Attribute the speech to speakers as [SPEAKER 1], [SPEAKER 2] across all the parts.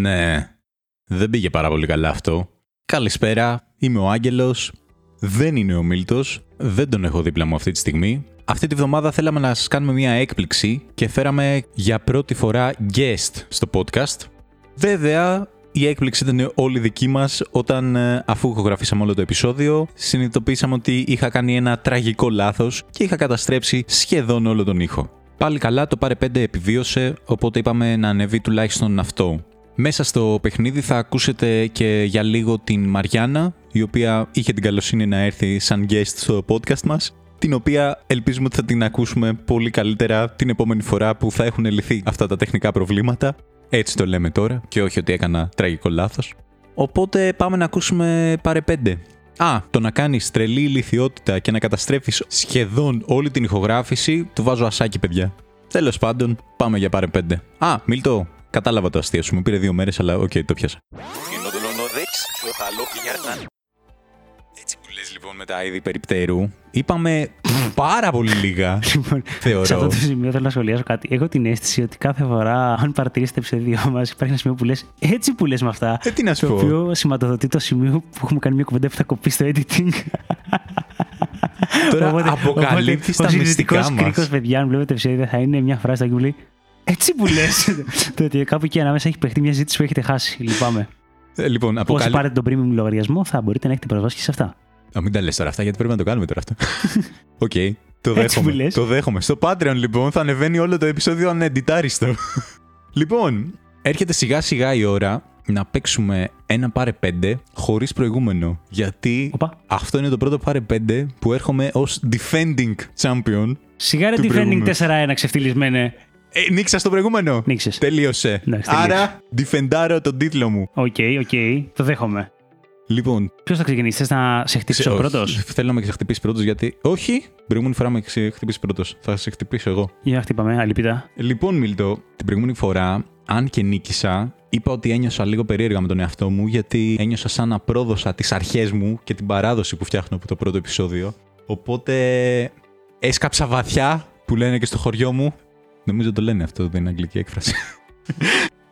[SPEAKER 1] Ναι. πήγε πάρα πολύ καλά αυτό. Καλησπέρα, είμαι ο Άγγελος. Δεν είναι ο Μίλτος, δεν τον έχω δίπλα μου αυτή τη στιγμή. Αυτή τη βδομάδα θέλαμε να σας κάνουμε μια έκπληξη και φέραμε για πρώτη φορά guest στο podcast. Βέβαια, η έκπληξη ήταν όλη δική μας όταν ε, αφού ηχογραφήσαμε όλο το επεισόδιο συνειδητοποίησαμε ότι είχα κάνει ένα τραγικό λάθος και είχα καταστρέψει σχεδόν όλο τον ήχο. Πάλι καλά το πάρε 5 επιβίωσε οπότε είπαμε να ανεβεί τουλάχιστον αυτό. Μέσα στο παιχνίδι θα ακούσετε και για λίγο την Μαριάννα η οποία είχε την καλοσύνη να έρθει σαν guest στο podcast μας την οποία ελπίζουμε ότι θα την ακούσουμε πολύ καλύτερα την επόμενη φορά που θα έχουν λυθεί αυτά τα τεχνικά προβλήματα. Έτσι το λέμε τώρα και όχι ότι έκανα τραγικό λάθος. Οπότε πάμε να ακούσουμε πάρε πέντε. Α, το να κάνεις τρελή ηλικιότητα και να καταστρέφεις σχεδόν όλη την ηχογράφηση, του βάζω ασάκι, παιδιά. Τέλος πάντων, πάμε για πάρε πέντε. Α, Μίλτο, κατάλαβα το αστείο σου. Μου πήρε δύο μέρες, αλλά οκ, το πιάσα. Έτσι που λες λοιπόν με τα είδη περιπτέρου, είπαμε πάρα πολύ λίγα,
[SPEAKER 2] Λοιπόν, σε αυτό
[SPEAKER 1] θεωρώ.
[SPEAKER 2] το σημείο θέλω να σχολιάσω κάτι. Έχω την αίσθηση ότι κάθε φορά, αν παρατηρήσετε το επεισόδιο μας, υπάρχει ένα σημείο που λες έτσι που λες με αυτά.
[SPEAKER 1] Ε, τι να σου
[SPEAKER 2] το
[SPEAKER 1] πω.
[SPEAKER 2] οποίο σηματοδοτεί το σημείο που έχουμε κάνει μια κουβέντα που θα κοπεί στο editing.
[SPEAKER 1] Τώρα αποκαλύπτεις τα μυστικά μας.
[SPEAKER 2] κρίκος, παιδιά, αν βλέπετε επεισόδιο, θα είναι μια φράση που λέει Έτσι που λες. το ότι κάπου εκεί ανάμεσα έχει παιχτεί μια ζήτηση που έχετε χάσει. Λυπάμαι.
[SPEAKER 1] Ε, λοιπόν,
[SPEAKER 2] Όσοι
[SPEAKER 1] αποκαλύ...
[SPEAKER 2] πάρετε τον premium λογαριασμό, θα μπορείτε να έχετε προσβάσει και σε αυτά.
[SPEAKER 1] Α, μην τα λες τώρα αυτά, γιατί πρέπει να το κάνουμε τώρα αυτό. Οκ. το
[SPEAKER 2] Έτσι
[SPEAKER 1] δέχομαι.
[SPEAKER 2] μου λες.
[SPEAKER 1] Το δέχομαι. Στο Patreon, λοιπόν, θα ανεβαίνει όλο το επεισόδιο ανεντιτάριστο. λοιπόν, έρχεται σιγά σιγά η ώρα να παίξουμε ένα πάρε πέντε χωρίς προηγούμενο. Γιατί
[SPEAKER 2] Οπα.
[SPEAKER 1] αυτό είναι το πρώτο πάρε πέντε που έρχομαι ως defending champion.
[SPEAKER 2] Σιγά ρε
[SPEAKER 1] Του
[SPEAKER 2] Defending
[SPEAKER 1] προηγούμενου.
[SPEAKER 2] 4-1 ξεφτυλισμένε.
[SPEAKER 1] Ε, νίξα στο προηγούμενο.
[SPEAKER 2] Νίξες.
[SPEAKER 1] Τελείωσε.
[SPEAKER 2] Εντάξει,
[SPEAKER 1] Άρα, defendάρω τον τίτλο μου.
[SPEAKER 2] Οκ, οκ, το δέχομαι.
[SPEAKER 1] Λοιπόν,
[SPEAKER 2] Ποιος θα ξεκινήσει, θες να σε χτύψω
[SPEAKER 1] όχι.
[SPEAKER 2] πρώτος.
[SPEAKER 1] Θέλω να με ξεχτυπήσει πρώτος γιατί. Όχι! Προηγούμενη φορά με ξεχτυπήσει πρώτος. Θα σε χτυπήσω εγώ.
[SPEAKER 2] Για χτύπαμε, αλυπητά.
[SPEAKER 1] Λοιπόν, Μίλτο, την προηγούμενη φορά, αν και νίκησα, είπα ότι ένιωσα λίγο περίεργα με τον εαυτό μου γιατί ένιωσα σαν να πρόδωσα τις αρχές μου και την παράδοση που φτιάχνω από το πρώτο επεισόδιο. Οπότε έσκαψα βαθιά, που λένε και στο χωριό μου. Νομίζω το λένε αυτό, δεν είναι αγγλική έκφραση.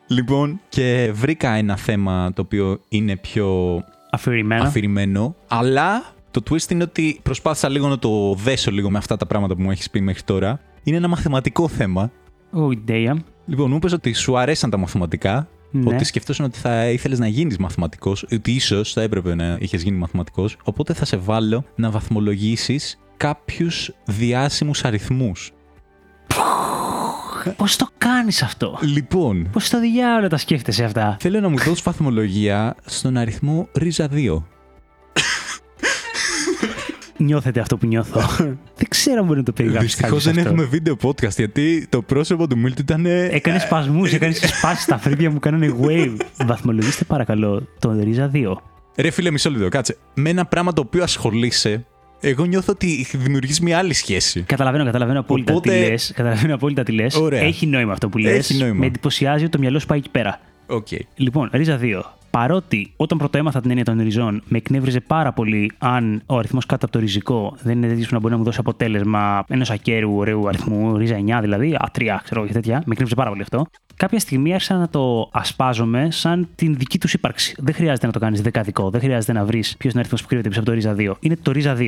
[SPEAKER 1] λοιπόν, και βρήκα ένα θέμα το οποίο είναι πιο
[SPEAKER 2] Αφηρημένα.
[SPEAKER 1] αφηρημένο. Αλλά το twist είναι ότι προσπάθησα λίγο να το δέσω λίγο με αυτά τα πράγματα που μου έχεις πει μέχρι τώρα. Είναι ένα μαθηματικό θέμα.
[SPEAKER 2] Oh, damn.
[SPEAKER 1] Λοιπόν, μου είπες ότι σου αρέσαν τα μαθηματικά.
[SPEAKER 2] Ναι.
[SPEAKER 1] Ότι σκεφτόσουν ότι θα ήθελες να γίνεις μαθηματικός, ότι ίσως θα έπρεπε να είχες γίνει μαθηματικός. Οπότε θα σε βάλω να βαθμολογήσεις κάποιους διάσημους αριθμούς.
[SPEAKER 2] Πώς το κάνεις αυτό.
[SPEAKER 1] Λοιπόν,
[SPEAKER 2] Πώς το διάολο τα σκέφτεσαι αυτά.
[SPEAKER 1] θέλω να μου δώσεις βαθμολογία στον αριθμό ρίζα 2.
[SPEAKER 2] Νιώθετε αυτό που νιώθω. δεν ξέρω αν μπορεί να το περιγράψεις.
[SPEAKER 1] Δυστυχώς δεν έχουμε βίντεο podcast γιατί το πρόσωπο του Μίλτου ήταν.
[SPEAKER 2] Έκανε σπασμού, έκανε σπάσει τα φρύδια μου, κάνανε wave. Βαθμολογήστε παρακαλώ τον Ρίζα 2.
[SPEAKER 1] Ρε φίλε, μισό λεπτό, κάτσε. Με ένα πράγμα το οποίο ασχολείσαι, εγώ νιώθω ότι δημιουργείς μια άλλη σχέση.
[SPEAKER 2] Καταλαβαίνω, καταλαβαίνω απόλυτα
[SPEAKER 1] Οπότε-
[SPEAKER 2] τι λες. Καταλαβαίνω απόλυτα τι λες.
[SPEAKER 1] Ωραία.
[SPEAKER 2] Έχει νόημα αυτό που λε.
[SPEAKER 1] Έχει νόημα.
[SPEAKER 2] Με εντυπωσιάζει ότι το μυαλό σου πάει εκεί πέρα.
[SPEAKER 1] Οκ.
[SPEAKER 2] Λοιπόν, ρίζα 2. Παρότι όταν πρώτο έμαθα την έννοια των ριζών, με εκνεύριζε πάρα πολύ αν ο αριθμός κάτω από το ριζικό δεν είναι τέτοιος που να μπορεί να μου δώσει αποτέλεσμα ενός ακέραιου ωραίου αριθμού, ρίζα 9 δηλαδή, α3, ξέρω εγώ και τέτοια. Με εκνεύριζε πάρα πολύ αυτό. Κάποια στιγμή άρχισα να το ασπάζομαι σαν την δική τους ύπαρξη. Δεν χρειάζεται να το κάνεις δεκαδικό, δεν χρειάζεται να βρεις ποιος είναι ο αριθμός που κρύβεται πίσω από το ρίζα 2. Είναι το ρίζα 2.
[SPEAKER 1] Ναι,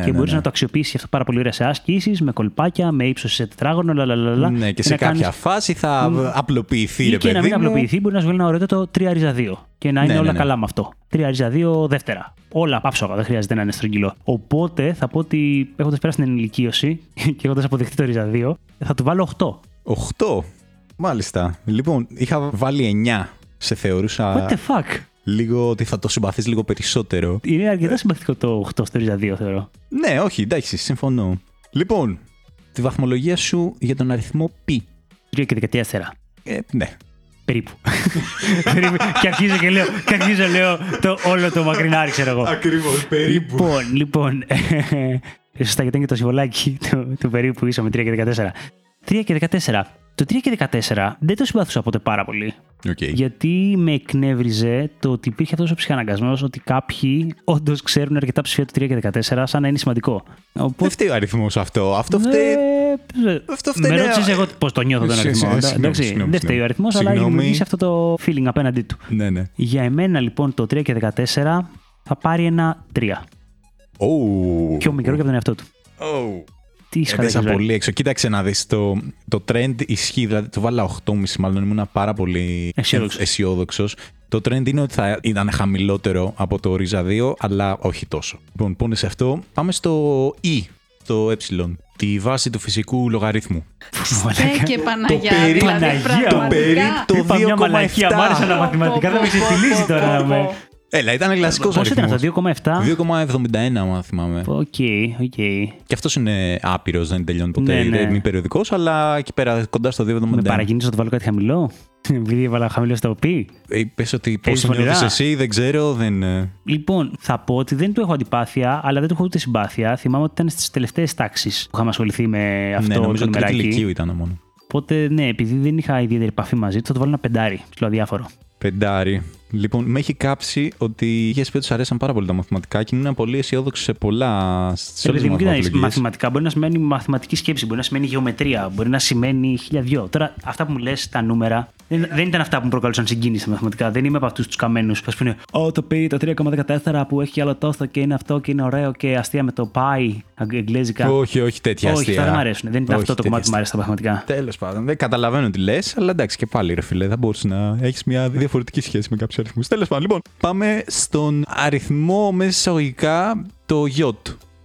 [SPEAKER 2] και
[SPEAKER 1] ναι,
[SPEAKER 2] μπορείς
[SPEAKER 1] ναι.
[SPEAKER 2] να το αξιοποιήσεις αυτό πάρα πολύ ωραία σε ασκήσεις, με κολπάκια, με ύψος σε τετράγωνο, λαλαλαλα.
[SPEAKER 1] Ναι, και σε
[SPEAKER 2] να
[SPEAKER 1] κάποια
[SPEAKER 2] κάνεις-
[SPEAKER 1] φάση θα απλοποιηθεί,
[SPEAKER 2] ή
[SPEAKER 1] ρε
[SPEAKER 2] και να
[SPEAKER 1] παιδί
[SPEAKER 2] μην
[SPEAKER 1] μου.
[SPEAKER 2] απλοποιηθεί, μπορεί να σου βγάλει ένα ωραίο το 3 ρίζα 2 και να είναι
[SPEAKER 1] ναι,
[SPEAKER 2] όλα
[SPEAKER 1] ναι.
[SPEAKER 2] καλά με αυτό. 3 ρίζα 2 δεύτερα. Όλα πάψογα, δεν χρειάζεται να είναι στρογγυλό. Οπότε θα πω ότι έχοντας πέρασει την ενηλικίωση και έχοντας αποδεχτεί το ρίζα 2, θα του βάλω 8.
[SPEAKER 1] 8. Μάλιστα. Λοιπόν, είχα βάλει 9. Σε θεωρούσα
[SPEAKER 2] What the fuck.
[SPEAKER 1] λίγο ότι θα το συμπαθείς λίγο περισσότερο.
[SPEAKER 2] Είναι
[SPEAKER 1] Ε.
[SPEAKER 2] αρκετά συμπαθητικό το 8 στο ρίζα 2, θεωρώ.
[SPEAKER 1] Ναι, όχι, εντάξει, συμφωνώ. Λοιπόν, τη βαθμολογία σου για τον αριθμό π.
[SPEAKER 2] 3 και 14.
[SPEAKER 1] Ε, ναι.
[SPEAKER 2] Περίπου. Περίπου. και αρχίζω και λέω, και αρχίζω λέω το, όλο το μακρινάρι, ξέρω εγώ.
[SPEAKER 1] Ακριβώς, περίπου.
[SPEAKER 2] Λοιπόν, λοιπόν. ε, Σωστά γιατί είναι και το συμβολάκι του, του περίπου ίσο με 3 και 14. 3 και 14. Το 3 και 14 δεν το συμπαθούσα ποτέ πάρα πολύ. Γιατί με εκνεύριζε το ότι υπήρχε αυτός ο ψυχαναγκασμός ότι κάποιοι όντως ξέρουν αρκετά ψηφία του 3 και 14, σαν να είναι σημαντικό. Οπότε.
[SPEAKER 1] Δεν φταίει ο αριθμός αυτό. Αυτό φταίει.
[SPEAKER 2] ε,
[SPEAKER 1] Αυτό
[SPEAKER 2] Με
[SPEAKER 1] φταίνει.
[SPEAKER 2] ρώτησες εγώ πώς το νιώθω τον
[SPEAKER 1] Συ-
[SPEAKER 2] αριθμό.
[SPEAKER 1] συ-
[SPEAKER 2] Εντάξει,
[SPEAKER 1] συγγνώμη, συγγνώμη,
[SPEAKER 2] Δεν φταίει ο αριθμός, αλλά
[SPEAKER 1] συγγνώμη.
[SPEAKER 2] έχει δημιουργήσει αυτό το feeling απέναντί του.
[SPEAKER 1] Ναι, ναι.
[SPEAKER 2] Για εμένα λοιπόν το 3 και 14 θα πάρει ένα 3.
[SPEAKER 1] Oh.
[SPEAKER 2] Πιο μικρό και από τον εαυτό του.
[SPEAKER 1] Oh.
[SPEAKER 2] Τι
[SPEAKER 1] Έπεσα
[SPEAKER 2] σχέδιο.
[SPEAKER 1] πολύ έξω. Κοίταξε να δεις, το, το trend ισχύει, δηλαδή το βάλα 8,5 μάλλον, ήμουν πάρα πολύ
[SPEAKER 2] Αισιόδοξος.
[SPEAKER 1] αισιόδοξος. Το trend είναι ότι θα ήταν χαμηλότερο από το Ρίζα 2, αλλά όχι τόσο. Λοιπόν, πόνε σε αυτό, πάμε στο E, το ε, τη βάση του φυσικού λογαριθμού.
[SPEAKER 3] Ε, και Παναγιά.
[SPEAKER 1] περί-
[SPEAKER 3] δηλαδή,
[SPEAKER 2] Παναγιά,
[SPEAKER 1] Το
[SPEAKER 2] Μαλάκα.
[SPEAKER 1] περί
[SPEAKER 3] πραγματικά.
[SPEAKER 1] το
[SPEAKER 2] Είπα μια μαλακία, μ'
[SPEAKER 1] 2,7.
[SPEAKER 2] άρεσαν τα μαθηματικά, θα με ξεφυλίσει τώρα να με.
[SPEAKER 1] Έλα, ήταν κλασικός
[SPEAKER 2] Πώς ήταν
[SPEAKER 1] αριθμός.
[SPEAKER 2] αυτό, 2,7.
[SPEAKER 1] 2,71 άμα θυμάμαι.
[SPEAKER 2] Οκ, οκ.
[SPEAKER 1] Και αυτός είναι άπειρος, δεν τελειώνει ποτέ,
[SPEAKER 2] Ναι, ναι.
[SPEAKER 1] είναι μη περιοδικός, αλλά εκεί πέρα κοντά στο 2,71.
[SPEAKER 2] Με παρακίνησε να το βάλω κάτι χαμηλό. Επειδή έβαλα χαμηλό στα οπί.
[SPEAKER 1] Ε, Πες ότι
[SPEAKER 2] Έχεις
[SPEAKER 1] πώς το νιώθεις
[SPEAKER 2] φωνηρά.
[SPEAKER 1] εσύ, δεν ξέρω, δεν... ε,
[SPEAKER 2] Λοιπόν, θα πω ότι δεν του έχω αντιπάθεια, αλλά δεν του έχω ούτε συμπάθεια. Θυμάμαι ότι ήταν στις τελευταίες τάξεις που είχαμε ασχοληθεί με
[SPEAKER 1] ναι,
[SPEAKER 2] αυτό
[SPEAKER 1] νομίζω
[SPEAKER 2] το
[SPEAKER 1] τρίτη
[SPEAKER 2] νούμεράκι.
[SPEAKER 1] ηλικίου ήταν μόνο.
[SPEAKER 2] Οπότε, ναι, επειδή δεν είχα ιδιαίτερη επαφή μαζί του, θα το βάλω ένα πεντάρι. δηλαδή Ψηλό διάφορο.
[SPEAKER 1] Πεντάρι. Λοιπόν, με έχει κάψει ότι είχε πει ότι σου αρέσαν πάρα πολύ τα μαθηματικά και ήμουν πολύ αισιόδοξο σε πολλά. Σε όλε
[SPEAKER 2] Επειδή
[SPEAKER 1] τι
[SPEAKER 2] Ε, μου κοιτάξτε,
[SPEAKER 1] μαθηματικέ.
[SPEAKER 2] μαθηματικά μπορεί να σημαίνει μαθηματική σκέψη, μπορεί να σημαίνει γεωμετρία, μπορεί να σημαίνει χιλιαδιό. Τώρα, αυτά που μου λες, τα νούμερα, δεν, δεν ήταν αυτά που μου προκαλούσαν συγκίνηση στα μαθηματικά. Δεν είμαι από αυτούς τους καμένους που α πούμε, Ω, το πήρε το 3,14 που έχει άλλο τόσο και είναι αυτό και είναι ωραίο και αστεία με το πάει αγγλικά.
[SPEAKER 1] Όχι, όχι τέτοια
[SPEAKER 2] Όχι,
[SPEAKER 1] αστεία.
[SPEAKER 2] αυτά δεν μου αρέσουν. Δεν ήταν αυτό το κομμάτι που μου αρέσει στα μαθηματικά.
[SPEAKER 1] Τέλος πάντων, δεν καταλαβαίνω τι λες, αλλά εντάξει και πάλι ρε φίλε, θα μπορούσε να έχεις μια διαφορετική σχέση με κάποιους αριθμούς. Τέλος πάντων, λοιπόν, πάμε στον αριθμό μέσα εισαγωγικά το Ι.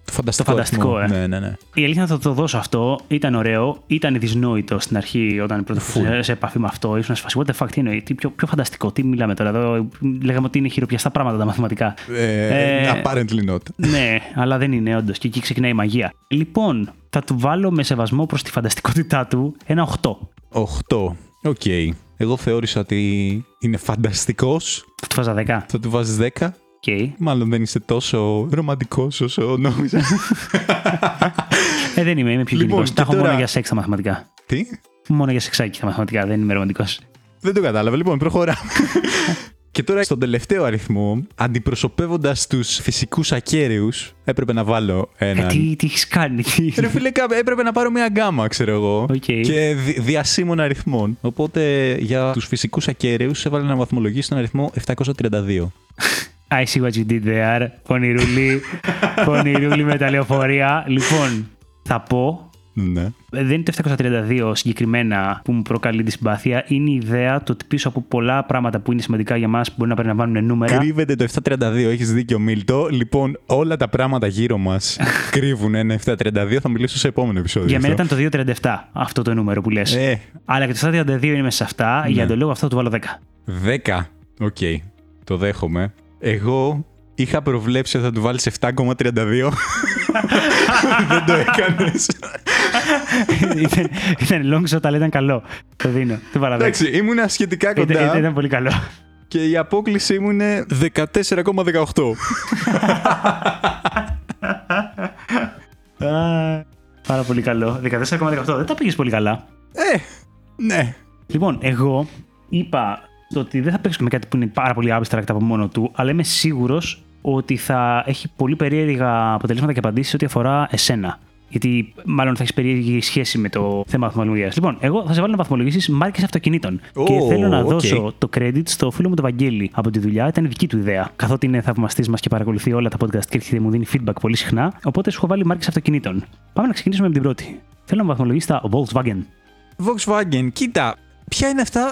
[SPEAKER 1] Το φανταστικό.
[SPEAKER 2] Το φανταστικό,
[SPEAKER 1] αριθμό. Ναι,
[SPEAKER 2] ε.
[SPEAKER 1] ναι, ναι.
[SPEAKER 2] Η αλήθεια θα το δώσω αυτό. Ήταν ωραίο. Ήταν δυσνόητο στην αρχή όταν πρώτα
[SPEAKER 1] Full.
[SPEAKER 2] ήρθα σε επαφή με αυτό. Ήσουν σε φάση. What the fuck, τι εννοεί. Τι, πιο, πιο φανταστικό. Τι μιλάμε τώρα. Εδώ, ε, λέγαμε ότι είναι χειροπιαστά πράγματα τα μαθηματικά.
[SPEAKER 1] Ε,
[SPEAKER 2] Ε,
[SPEAKER 1] apparently not.
[SPEAKER 2] ναι, αλλά δεν είναι όντως. Και εκεί ξεκινάει η μαγεία. Λοιπόν, θα του βάλω με σεβασμό προς τη φανταστικότητά του ένα 8.
[SPEAKER 1] 8. Οκ. Εγώ θεώρησα ότι είναι φανταστικός.
[SPEAKER 2] Θα του βάζα Ε, 10.
[SPEAKER 1] Θα του βάζεις 10.
[SPEAKER 2] Okay.
[SPEAKER 1] Μάλλον δεν είσαι τόσο ρομαντικός όσο νόμιζα.
[SPEAKER 2] Ε, δεν είμαι, είμαι πιο
[SPEAKER 1] Λοιπόν,
[SPEAKER 2] γενικός.
[SPEAKER 1] και
[SPEAKER 2] τα έχω
[SPEAKER 1] τώρα-
[SPEAKER 2] μόνο για σεξ τα μαθηματικά.
[SPEAKER 1] Τι.
[SPEAKER 2] Μόνο για σεξάκι τα μαθηματικά, δεν είμαι ρομαντικός.
[SPEAKER 1] Δεν το κατάλαβα. Λοιπόν, προχωράμε. Και τώρα στον τελευταίο αριθμό, αντιπροσωπεύοντας τους φυσικούς ακέραιου, έπρεπε να βάλω
[SPEAKER 2] Ε,
[SPEAKER 1] ένα.
[SPEAKER 2] τι τι έχεις κάνει. τι-
[SPEAKER 1] Ρε φίλε, κάπου- έπρεπε να πάρω μια γκάμα, ξέρω εγώ.
[SPEAKER 2] Οκ.
[SPEAKER 1] Και δι- διασύμων αριθμών. Οπότε για τους φυσικούς ακέραιου έβαλα να βαθμολογήσω τον αριθμό 732.
[SPEAKER 2] I see what you did there. Πονηρούλη, πονηρούλη με τα λεωφορεία. Λοιπόν, θα πω.
[SPEAKER 1] Ναι.
[SPEAKER 2] ε, Δεν είναι το 732 συγκεκριμένα που μου προκαλεί τη συμπάθεια. Είναι η ιδέα το ότι πίσω από πολλά πράγματα που είναι σημαντικά για μας που μπορεί να περιλαμβάνουν νούμερα.
[SPEAKER 1] Κρύβεται το 732, έχεις δίκιο, Μίλτο. Λοιπόν, όλα τα πράγματα γύρω μας κρύβουν ένα 732. Θα μιλήσω σε επόμενο επεισόδιο. Ε,
[SPEAKER 2] Για μένα
[SPEAKER 1] γι'
[SPEAKER 2] ήταν το 237 αυτό το νούμερο που λες.
[SPEAKER 1] αυτό.
[SPEAKER 2] Αλλά και το 732 είναι μέσα σε
[SPEAKER 1] Ναι.
[SPEAKER 2] αυτά. Για τον λόγο αυτό του βάλω 10.
[SPEAKER 1] Ε, 10. Οκ. Το δέχομαι. Εγώ είχα προβλέψει ότι θα του βάλεις 7,32. Δεν το έκανες.
[SPEAKER 2] ήταν, ήταν long shot, αλλά ήταν καλό. Το δίνω. Το βάλα 10.
[SPEAKER 1] Εντάξει, ήμουν σχετικά
[SPEAKER 2] Ήταν,
[SPEAKER 1] κοντά
[SPEAKER 2] ήταν- ήταν πολύ καλό.
[SPEAKER 1] και η απόκληση μου είναι 14,18.
[SPEAKER 2] Α, Πάρα πολύ καλό. 14,18. Δεν τα πήγες πολύ καλά.
[SPEAKER 1] ε, ναι.
[SPEAKER 2] Λοιπόν, εγώ είπα το ότι δεν θα παίξω με κάτι που είναι πάρα πολύ abstract από μόνο του, αλλά είμαι σίγουρος ότι θα έχει πολύ περίεργα αποτελέσματα και απαντήσεις ό,τι αφορά εσένα. Γιατί μάλλον θα έχεις περίεργη σχέση με το θέμα βαθμολογίας. Λοιπόν, εγώ θα σε βάλω να βαθμολογήσεις μάρκες αυτοκινήτων.
[SPEAKER 1] Ω,
[SPEAKER 2] και θέλω να
[SPEAKER 1] οκ.
[SPEAKER 2] δώσω το credit στο φίλο μου τον Βαγγέλη από τη δουλειά. Ήταν δική του ιδέα. Καθότι είναι θαυμαστής μας και παρακολουθεί όλα τα podcast και έρχεται και μου δίνει feedback πολύ συχνά. Οπότε σου έχω βάλει μάρκες αυτοκινήτων. Πάμε να ξεκινήσουμε με την πρώτη. Θέλω να βαθμολογήσει τα Volkswagen.
[SPEAKER 1] Volkswagen, κοίτα, ποια είναι αυτά.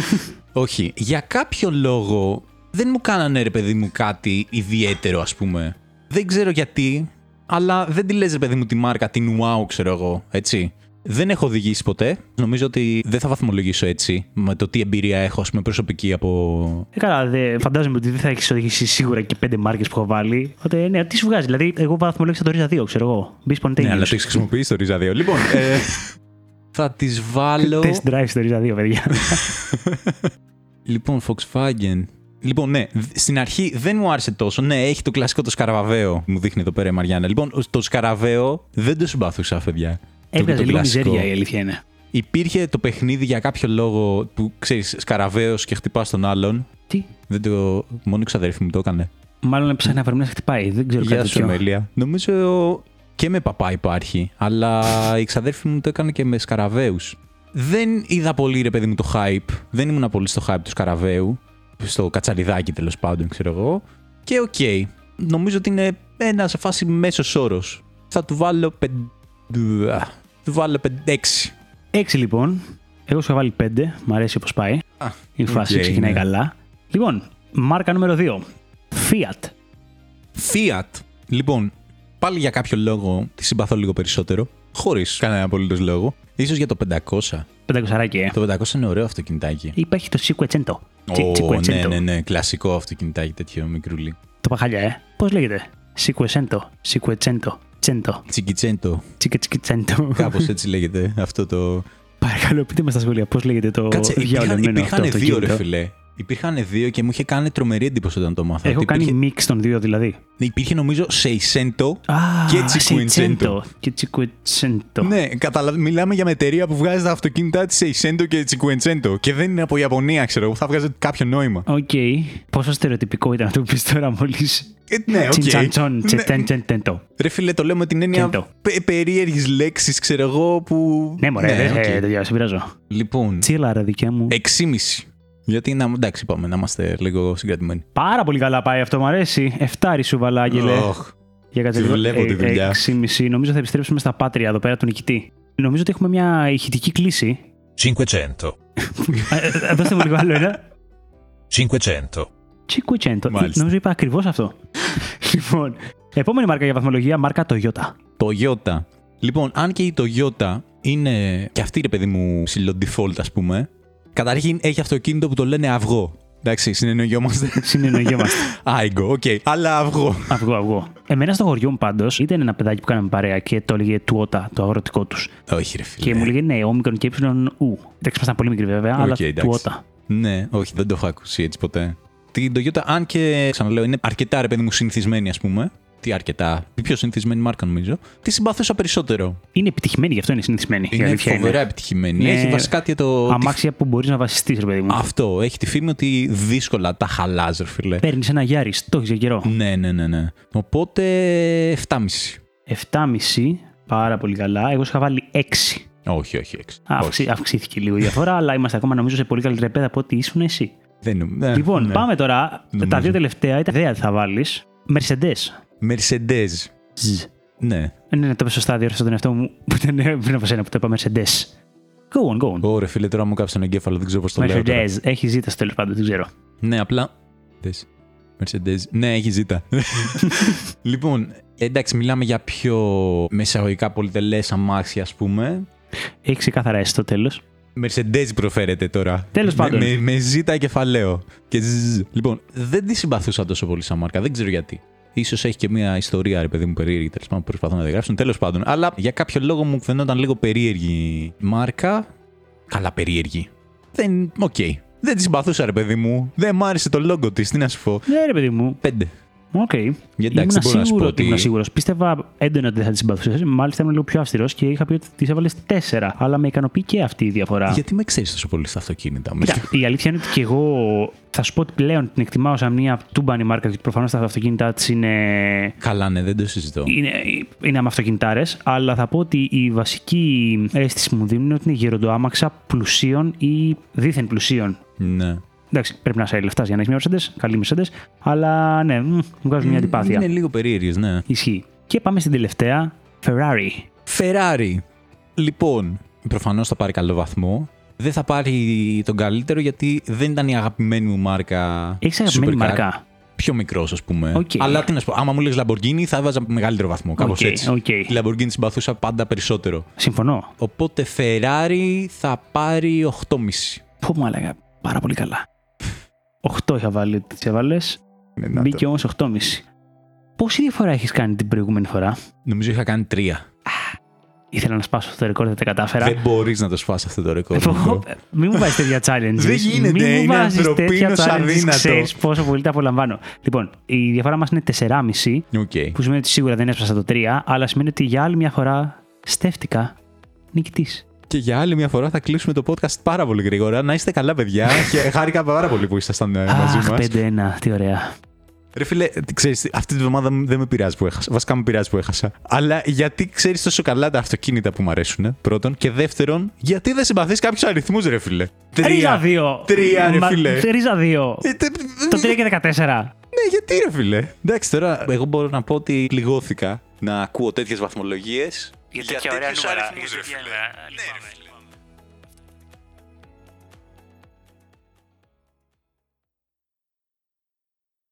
[SPEAKER 1] Όχι, για κάποιο λόγο δεν μου κάνανε ρε παιδί μου κάτι ιδιαίτερο ας πούμε. Δεν ξέρω γιατί, αλλά δεν τη λες ρε παιδί μου τη μάρκα, την wow ξέρω εγώ, έτσι. Δεν έχω οδηγήσει ποτέ. Νομίζω ότι δεν θα βαθμολογήσω έτσι με το τι εμπειρία έχω, ας πούμε, προσωπική από.
[SPEAKER 2] Ε, καλά, δε, φαντάζομαι ότι δεν θα έχεις οδηγήσει σίγουρα και πέντε μάρκες που έχω βάλει. Οπότε, ναι, τι σου βγάζει. Δηλαδή, εγώ βαθμολόγησα το ρίζα 2, ξέρω εγώ. Μπεις
[SPEAKER 1] Ναι, αλλά
[SPEAKER 2] spontaneous.
[SPEAKER 1] το έχεις χρησιμοποιήσει το ρίζα 2. Λοιπόν, ε, θα τις βάλω.
[SPEAKER 2] Test drive στο ρίζα 2, παιδιά.
[SPEAKER 1] Λοιπόν, Volkswagen. Λοιπόν, ναι, στην αρχή δεν μου άρεσε τόσο. Ναι, έχει το κλασικό το σκαραβαβαίο. Μου δείχνει εδώ πέρα η Μαριάννα. Λοιπόν, το σκαραβαίο δεν το συμπαθούσα, παιδιά. Το-
[SPEAKER 2] Έβγαζε
[SPEAKER 1] το
[SPEAKER 2] λίγο
[SPEAKER 1] κλασικό.
[SPEAKER 2] μιζέρια η αλήθεια είναι.
[SPEAKER 1] Υπήρχε το παιχνίδι για κάποιο λόγο που ξέρεις, σκαραβαίος και χτυπάς τον άλλον.
[SPEAKER 2] Τι.
[SPEAKER 1] Δεν το. Μόνο η ξαδέρφη μου το έκανε.
[SPEAKER 2] Μάλλον ψάχνει να βρει να χτυπάει. Δεν ξέρω
[SPEAKER 1] Γεια
[SPEAKER 2] κάτι
[SPEAKER 1] σου,
[SPEAKER 2] τέτοιο.
[SPEAKER 1] Εμέλεια. Νομίζω. και με παπά υπάρχει, αλλά η ξαδέρφη μου το έκανε και με σκαραβέους. Δεν είδα πολύ ρε παιδί μου το hype, δεν ήμουν πολύ στο hype του σκαραβέου, στο κατσαριδάκι τέλος πάντων ξέρω εγώ. Και οκ, νομίζω ότι είναι ένα σε φάση μέσος όρος. Θα του βάλω πεν... Του βάλω πεν... έξι.
[SPEAKER 2] Έξι λοιπόν. Εγώ σου είχα βάλει πέντε. Μ' αρέσει όπως πάει.
[SPEAKER 1] Α,
[SPEAKER 2] Η φάση
[SPEAKER 1] οκ,
[SPEAKER 2] ξεκινάει
[SPEAKER 1] ναι.
[SPEAKER 2] καλά. Λοιπόν, μάρκα νούμερο 2. Fiat.
[SPEAKER 1] Fiat. Λοιπόν, πάλι για κάποιο λόγο τη συμπαθώ λίγο περισσότερο. Χωρίς κανένα απολύτως λόγο. Ίσως για το 500.
[SPEAKER 2] 500 ε.
[SPEAKER 1] Το 500 είναι ωραίο αυτοκινητάκι.
[SPEAKER 2] Υπάρχει το Cinquecento. Τσι-
[SPEAKER 1] Ω, ναι,
[SPEAKER 2] Cinquecento.
[SPEAKER 1] ναι, ναι. Κλασικό αυτοκινητάκι τέτοιο μικρούλι.
[SPEAKER 2] Το παχαλιά, ε. Πώς λέγεται. Cinquecento. Cinquecento. Cento.
[SPEAKER 1] Τσικιτσέντο.
[SPEAKER 2] Cinquecento.
[SPEAKER 1] Κάπως έτσι λέγεται αυτό το.
[SPEAKER 2] Παρακαλώ, πείτε μας στα σχόλια πώς λέγεται το
[SPEAKER 1] Κάτσε, υπήρχαν,
[SPEAKER 2] διαολεμένο αυτό
[SPEAKER 1] υπήρχαν
[SPEAKER 2] το
[SPEAKER 1] δύο, ρε
[SPEAKER 2] κινητό.
[SPEAKER 1] φιλέ. Υπήρχαν δύο και μου είχε κάνει τρομερή εντύπωση όταν το μάθα.
[SPEAKER 2] Έχω
[SPEAKER 1] ότι
[SPEAKER 2] κάνει
[SPEAKER 1] υπήρχε, ναι,
[SPEAKER 2] mix των δύο δηλαδή.
[SPEAKER 1] υπήρχε, νομίζω Seicento.
[SPEAKER 2] Α,
[SPEAKER 1] Και Cinquecento.
[SPEAKER 2] Cinquecento. Και Cinquecento.
[SPEAKER 1] Ναι, καταλα... μιλάμε για μια εταιρεία που βγάζει τα αυτοκίνητα της Seicento και Cinquecento. Και δεν είναι από Ιαπωνία, ξέρω εγώ. Θα βγάζει κάποιο νόημα.
[SPEAKER 2] Οκ. Πόσο στερεοτυπικό ήταν αυτό που πεις τώρα μόλις.
[SPEAKER 1] Ε, ναι, οκ.
[SPEAKER 2] Τσιντσαντσον,
[SPEAKER 1] Ναι.
[SPEAKER 2] τσετσεντσεντεντο.
[SPEAKER 1] Ρε φίλε, το λέμε την έννοια
[SPEAKER 2] Κέντο.
[SPEAKER 1] πε, περίεργης λέξης, ξέρω εγώ, που.
[SPEAKER 2] Ναι, μωρέ, δεν
[SPEAKER 1] οκ.
[SPEAKER 2] ε, παιδιά, σε πειράζω. Ε,
[SPEAKER 1] Λοιπόν,
[SPEAKER 2] Τσίλα, ρε, δικιά μου.
[SPEAKER 1] 6,5. Γιατί να, εντάξει, πάμε να είμαστε λίγο συγκρατημένοι.
[SPEAKER 2] Πάρα πολύ καλά πάει αυτό, μου αρέσει. Εφτάρι σου βάλα, Άγγελε.
[SPEAKER 1] Ωχ,
[SPEAKER 2] Για κάτσε
[SPEAKER 1] τη βλέπω τη δουλειά.
[SPEAKER 2] 6,5. Νομίζω θα επιστρέψουμε στα πάτρια εδώ πέρα του νικητή. Νομίζω ότι έχουμε μια ηχητική κλίση.
[SPEAKER 4] 500,
[SPEAKER 2] Α, ε, ε, Δώστε μου λίγο άλλο ένα.
[SPEAKER 4] 500,
[SPEAKER 2] Τσικουτσέντο.
[SPEAKER 1] Μάλιστα.
[SPEAKER 2] Νομίζω είπα ακριβώς αυτό. λοιπόν, επόμενη μάρκα για βαθμολογία, μάρκα Toyota.
[SPEAKER 1] Το Toyota. Λοιπόν, αν και η Toyota είναι και αυτή ρε παιδί μου ψηλό default, ας πούμε. Καταρχήν έχει αυτοκίνητο που το λένε αυγό. Εντάξει, συνεννοιόμαστε.
[SPEAKER 2] Συνεννοηγόμαστε.
[SPEAKER 1] Άιγκο, οκ. Αλλά αυγό.
[SPEAKER 2] αυγό, αυγό. Εμένα στο χωριό μου πάντως ήταν ένα παιδάκι που κάναμε παρέα και το έλεγε Τουότα, το αγροτικό τους.
[SPEAKER 1] Όχι, ρε φίλε.
[SPEAKER 2] Και μου λέγε ναι, όμικρον και ύψιλον ου. Εντάξει, ήμασταν πολύ μικροί βέβαια, αλλά
[SPEAKER 1] εντάξει.
[SPEAKER 2] Τουότα.
[SPEAKER 1] Ναι, όχι, δεν το έχω ακούσει έτσι ποτέ. Την Toyota, αν και ξαναλέω, είναι αρκετά ρε παιδί μου συνηθισμένη, ας πούμε. Τι αρκετά. Η πιο συνηθισμένη μάρκα, νομίζω. Τη συμπαθούσα περισσότερο.
[SPEAKER 2] Είναι επιτυχημένη, γι' αυτό είναι συνηθισμένη. η
[SPEAKER 1] Είναι
[SPEAKER 2] αλήθεια
[SPEAKER 1] φοβερά
[SPEAKER 2] είναι.
[SPEAKER 1] επιτυχημένη.
[SPEAKER 2] Ναι.
[SPEAKER 1] Έχει βασικά και το. τη-
[SPEAKER 2] Αμάξια που μπορείς να βασιστείς, ρε παιδί μου.
[SPEAKER 1] Αυτό. Έχει τη φήμη ότι δύσκολα τα χαλάζερ, φίλε.
[SPEAKER 2] Παίρνεις ένα γιάρι, το έχεις για καιρό.
[SPEAKER 1] Ναι, ναι, ναι, ναι. Οπότε 7,5.
[SPEAKER 2] 7,5, πάρα πολύ καλά. Εγώ σου είχα βάλει 6.
[SPEAKER 1] Όχι, όχι, 6.
[SPEAKER 2] Αυξη, αυξήθηκε λίγο η διαφορά, αλλά είμαστε ακόμα νομίζω σε πολύ καλύτερη επέδα από ό,τι ήσουν εσύ.
[SPEAKER 1] Δεν είναι. ε,
[SPEAKER 2] Λοιπόν,
[SPEAKER 1] ναι.
[SPEAKER 2] πάμε τώρα.
[SPEAKER 1] Νομίζω.
[SPEAKER 2] Τα δύο τελευταία ήταν ιδέα θα βάλεις. Mercedes.
[SPEAKER 1] Mercedes.
[SPEAKER 2] Ζ.
[SPEAKER 1] Ναι.
[SPEAKER 2] Ναι, ναι, το είπα σωστά, διόρθωσα τον εαυτό μου που ήταν ε, πριν από σένα που το είπα Mercedes. Go on, go on.
[SPEAKER 1] Ωραία, φίλε, τώρα μου κάψε τον εγκέφαλο, δεν ξέρω πώς το λέω. τώρα.
[SPEAKER 2] Mercedes, έχει ζήτηση τέλος πάντων, δεν ξέρω.
[SPEAKER 1] Ναι, απλά. Δες. Mercedes. Ναι, έχει ζήτα. λοιπόν, εντάξει, μιλάμε για πιο μεσαγωγικά πολυτελές αμάξια, ας πούμε.
[SPEAKER 2] Έχει ξεκάθαρα S στο τέλος.
[SPEAKER 1] Mercedes προφέρεται τώρα.
[SPEAKER 2] Τέλος πάντων.
[SPEAKER 1] Με, με, με ζήτα κεφαλαίο. Και ζζζ. Λοιπόν, δεν τη συμπαθούσα τόσο πολύ σαν μάρκα. Δεν ξέρω γιατί. σω έχει και μια ιστορία, ρε παιδί μου, περίεργη τέλος πάντων που προσπαθούν να διαγράψουν. Τέλος πάντων. Αλλά για κάποιο λόγο μου φαινόταν λίγο περίεργη μάρκα. Καλά, περίεργη. Δεν. Οκ. Δεν τη συμπαθούσα, ρε παιδί μου. Δεν μ' άρεσε το λόγο της. Τι να σου πω.
[SPEAKER 2] Ναι, ρε παιδί μου.
[SPEAKER 1] Πέντε.
[SPEAKER 2] Οκ. Okay.
[SPEAKER 1] δεν μπορώ να σου πω
[SPEAKER 2] σίγουρο
[SPEAKER 1] ότι-
[SPEAKER 2] ήμουν σίγουρος. Πίστευα έντονα ότι δεν θα τη συμπαθούσες. Μάλιστα, ήμουν λίγο πιο αυστηρός και είχα πει ότι τη έβαλε 4. Αλλά με ικανοποιεί και αυτή η διαφορά.
[SPEAKER 1] Γιατί με ξέρεις τόσο πολύ στα αυτοκίνητα.
[SPEAKER 2] Κοίτα, η αλήθεια είναι ότι και εγώ θα σου πω ότι πλέον την εκτιμάω σαν μια τούμπανη μάρκα, γιατί προφανώς τα αυτοκίνητά της είναι
[SPEAKER 1] Καλά, ναι, δεν το συζητώ.
[SPEAKER 2] είναι, είναι αμαυτοκινητάρε, αλλά θα πω ότι η βασική αίσθηση που μου δίνουν είναι ότι είναι γεροντοάμαξα πλουσίων ή δίθεν πλουσίων.
[SPEAKER 1] Ναι.
[SPEAKER 2] Εντάξει, πρέπει να είσαι λεφτάς για να έχεις μια Mercedes, καλή Mercedes, αλλά ναι, μ, μου βγάζουν μια αντιπάθεια.
[SPEAKER 1] Είναι λίγο περίεργες, ναι.
[SPEAKER 2] Ισχύει. Και πάμε στην τελευταία, Ferrari.
[SPEAKER 1] Ferrari. Λοιπόν, προφανώς θα πάρει καλό βαθμό. Δεν θα πάρει τον καλύτερο γιατί δεν ήταν η αγαπημένη μου μάρκα.
[SPEAKER 2] Έχεις αγαπημένη
[SPEAKER 1] supercar.
[SPEAKER 2] μαρκά.
[SPEAKER 1] Πιο μικρός, ας πούμε.
[SPEAKER 2] Οκ.
[SPEAKER 1] Αλλά τι να σου πω, άμα μου λες Lamborghini θα έβαζα μεγαλύτερο βαθμό. Κάπως
[SPEAKER 2] Οκ,
[SPEAKER 1] έτσι.
[SPEAKER 2] οκ.
[SPEAKER 1] Η Lamborghini συμπαθούσα πάντα περισσότερο.
[SPEAKER 2] Συμφωνώ.
[SPEAKER 1] Οπότε Ferrari θα πάρει 8,5.
[SPEAKER 2] Πού μου έλεγα πάρα πολύ καλά. 8 είχα βάλει, τις έβαλες.
[SPEAKER 1] Ναι,
[SPEAKER 2] Μπήκε όμω 8,5. Πόση διαφορά έχεις κάνει την προηγούμενη φορά.
[SPEAKER 1] Νομίζω είχα κάνει 3.
[SPEAKER 2] Ήθελα να σπάσω το ρεκόρ, δεν τα κατάφερα.
[SPEAKER 1] Δεν μπορείς να το σφάσει αυτό το ρεκόρ. Νίκο.
[SPEAKER 2] Μην μου βάζεις τέτοια challenge.
[SPEAKER 1] Δεν γίνεται,
[SPEAKER 2] Μην μου
[SPEAKER 1] είναι
[SPEAKER 2] βάζεις τέτοια
[SPEAKER 1] ανθρωπίνως
[SPEAKER 2] challenges,
[SPEAKER 1] αδύνατο.
[SPEAKER 2] Ξέρεις πόσο πολύ τα απολαμβάνω. Λοιπόν, η διαφορά μας είναι 4,5,
[SPEAKER 1] Οκ.
[SPEAKER 2] που σημαίνει ότι σίγουρα δεν έσπασα το 3, αλλά σημαίνει ότι για άλλη μια φορά στέφτηκα νικητής.
[SPEAKER 1] Και για άλλη μια φορά θα κλείσουμε το podcast πάρα πολύ γρήγορα. Να είστε καλά, παιδιά. και χάρηκα πάρα πολύ που ήσασταν ε, μαζί
[SPEAKER 2] Αχ,
[SPEAKER 1] μας.
[SPEAKER 2] 5-1, τι ωραία.
[SPEAKER 1] Ρε φίλε, ξέρεις, αυτή τη βδομάδα δεν με πειράζει που έχασα. Βασικά με πειράζει που έχασα. Αλλά γιατί ξέρεις τόσο καλά τα αυτοκίνητα που μου αρέσουν, ε, πρώτον. Και δεύτερον, γιατί δεν συμπαθείς κάποιους αριθμούς, ρε φίλε.
[SPEAKER 2] Ρίζα 2.
[SPEAKER 1] Τρία, ρε φίλε.
[SPEAKER 2] Ρίζα 2.
[SPEAKER 1] Ε, τε-
[SPEAKER 2] Το 3 και 14.
[SPEAKER 1] Ναι, γιατί ρε φίλε. Εντάξει, τώρα εγώ μπορώ να πω ότι πληγώθηκα να ακούω τέτοιες βαθμολογίες. Ναι,
[SPEAKER 2] τέτοια ωραία νούμερα. Για τέτοια ωραία, λυπάμαι.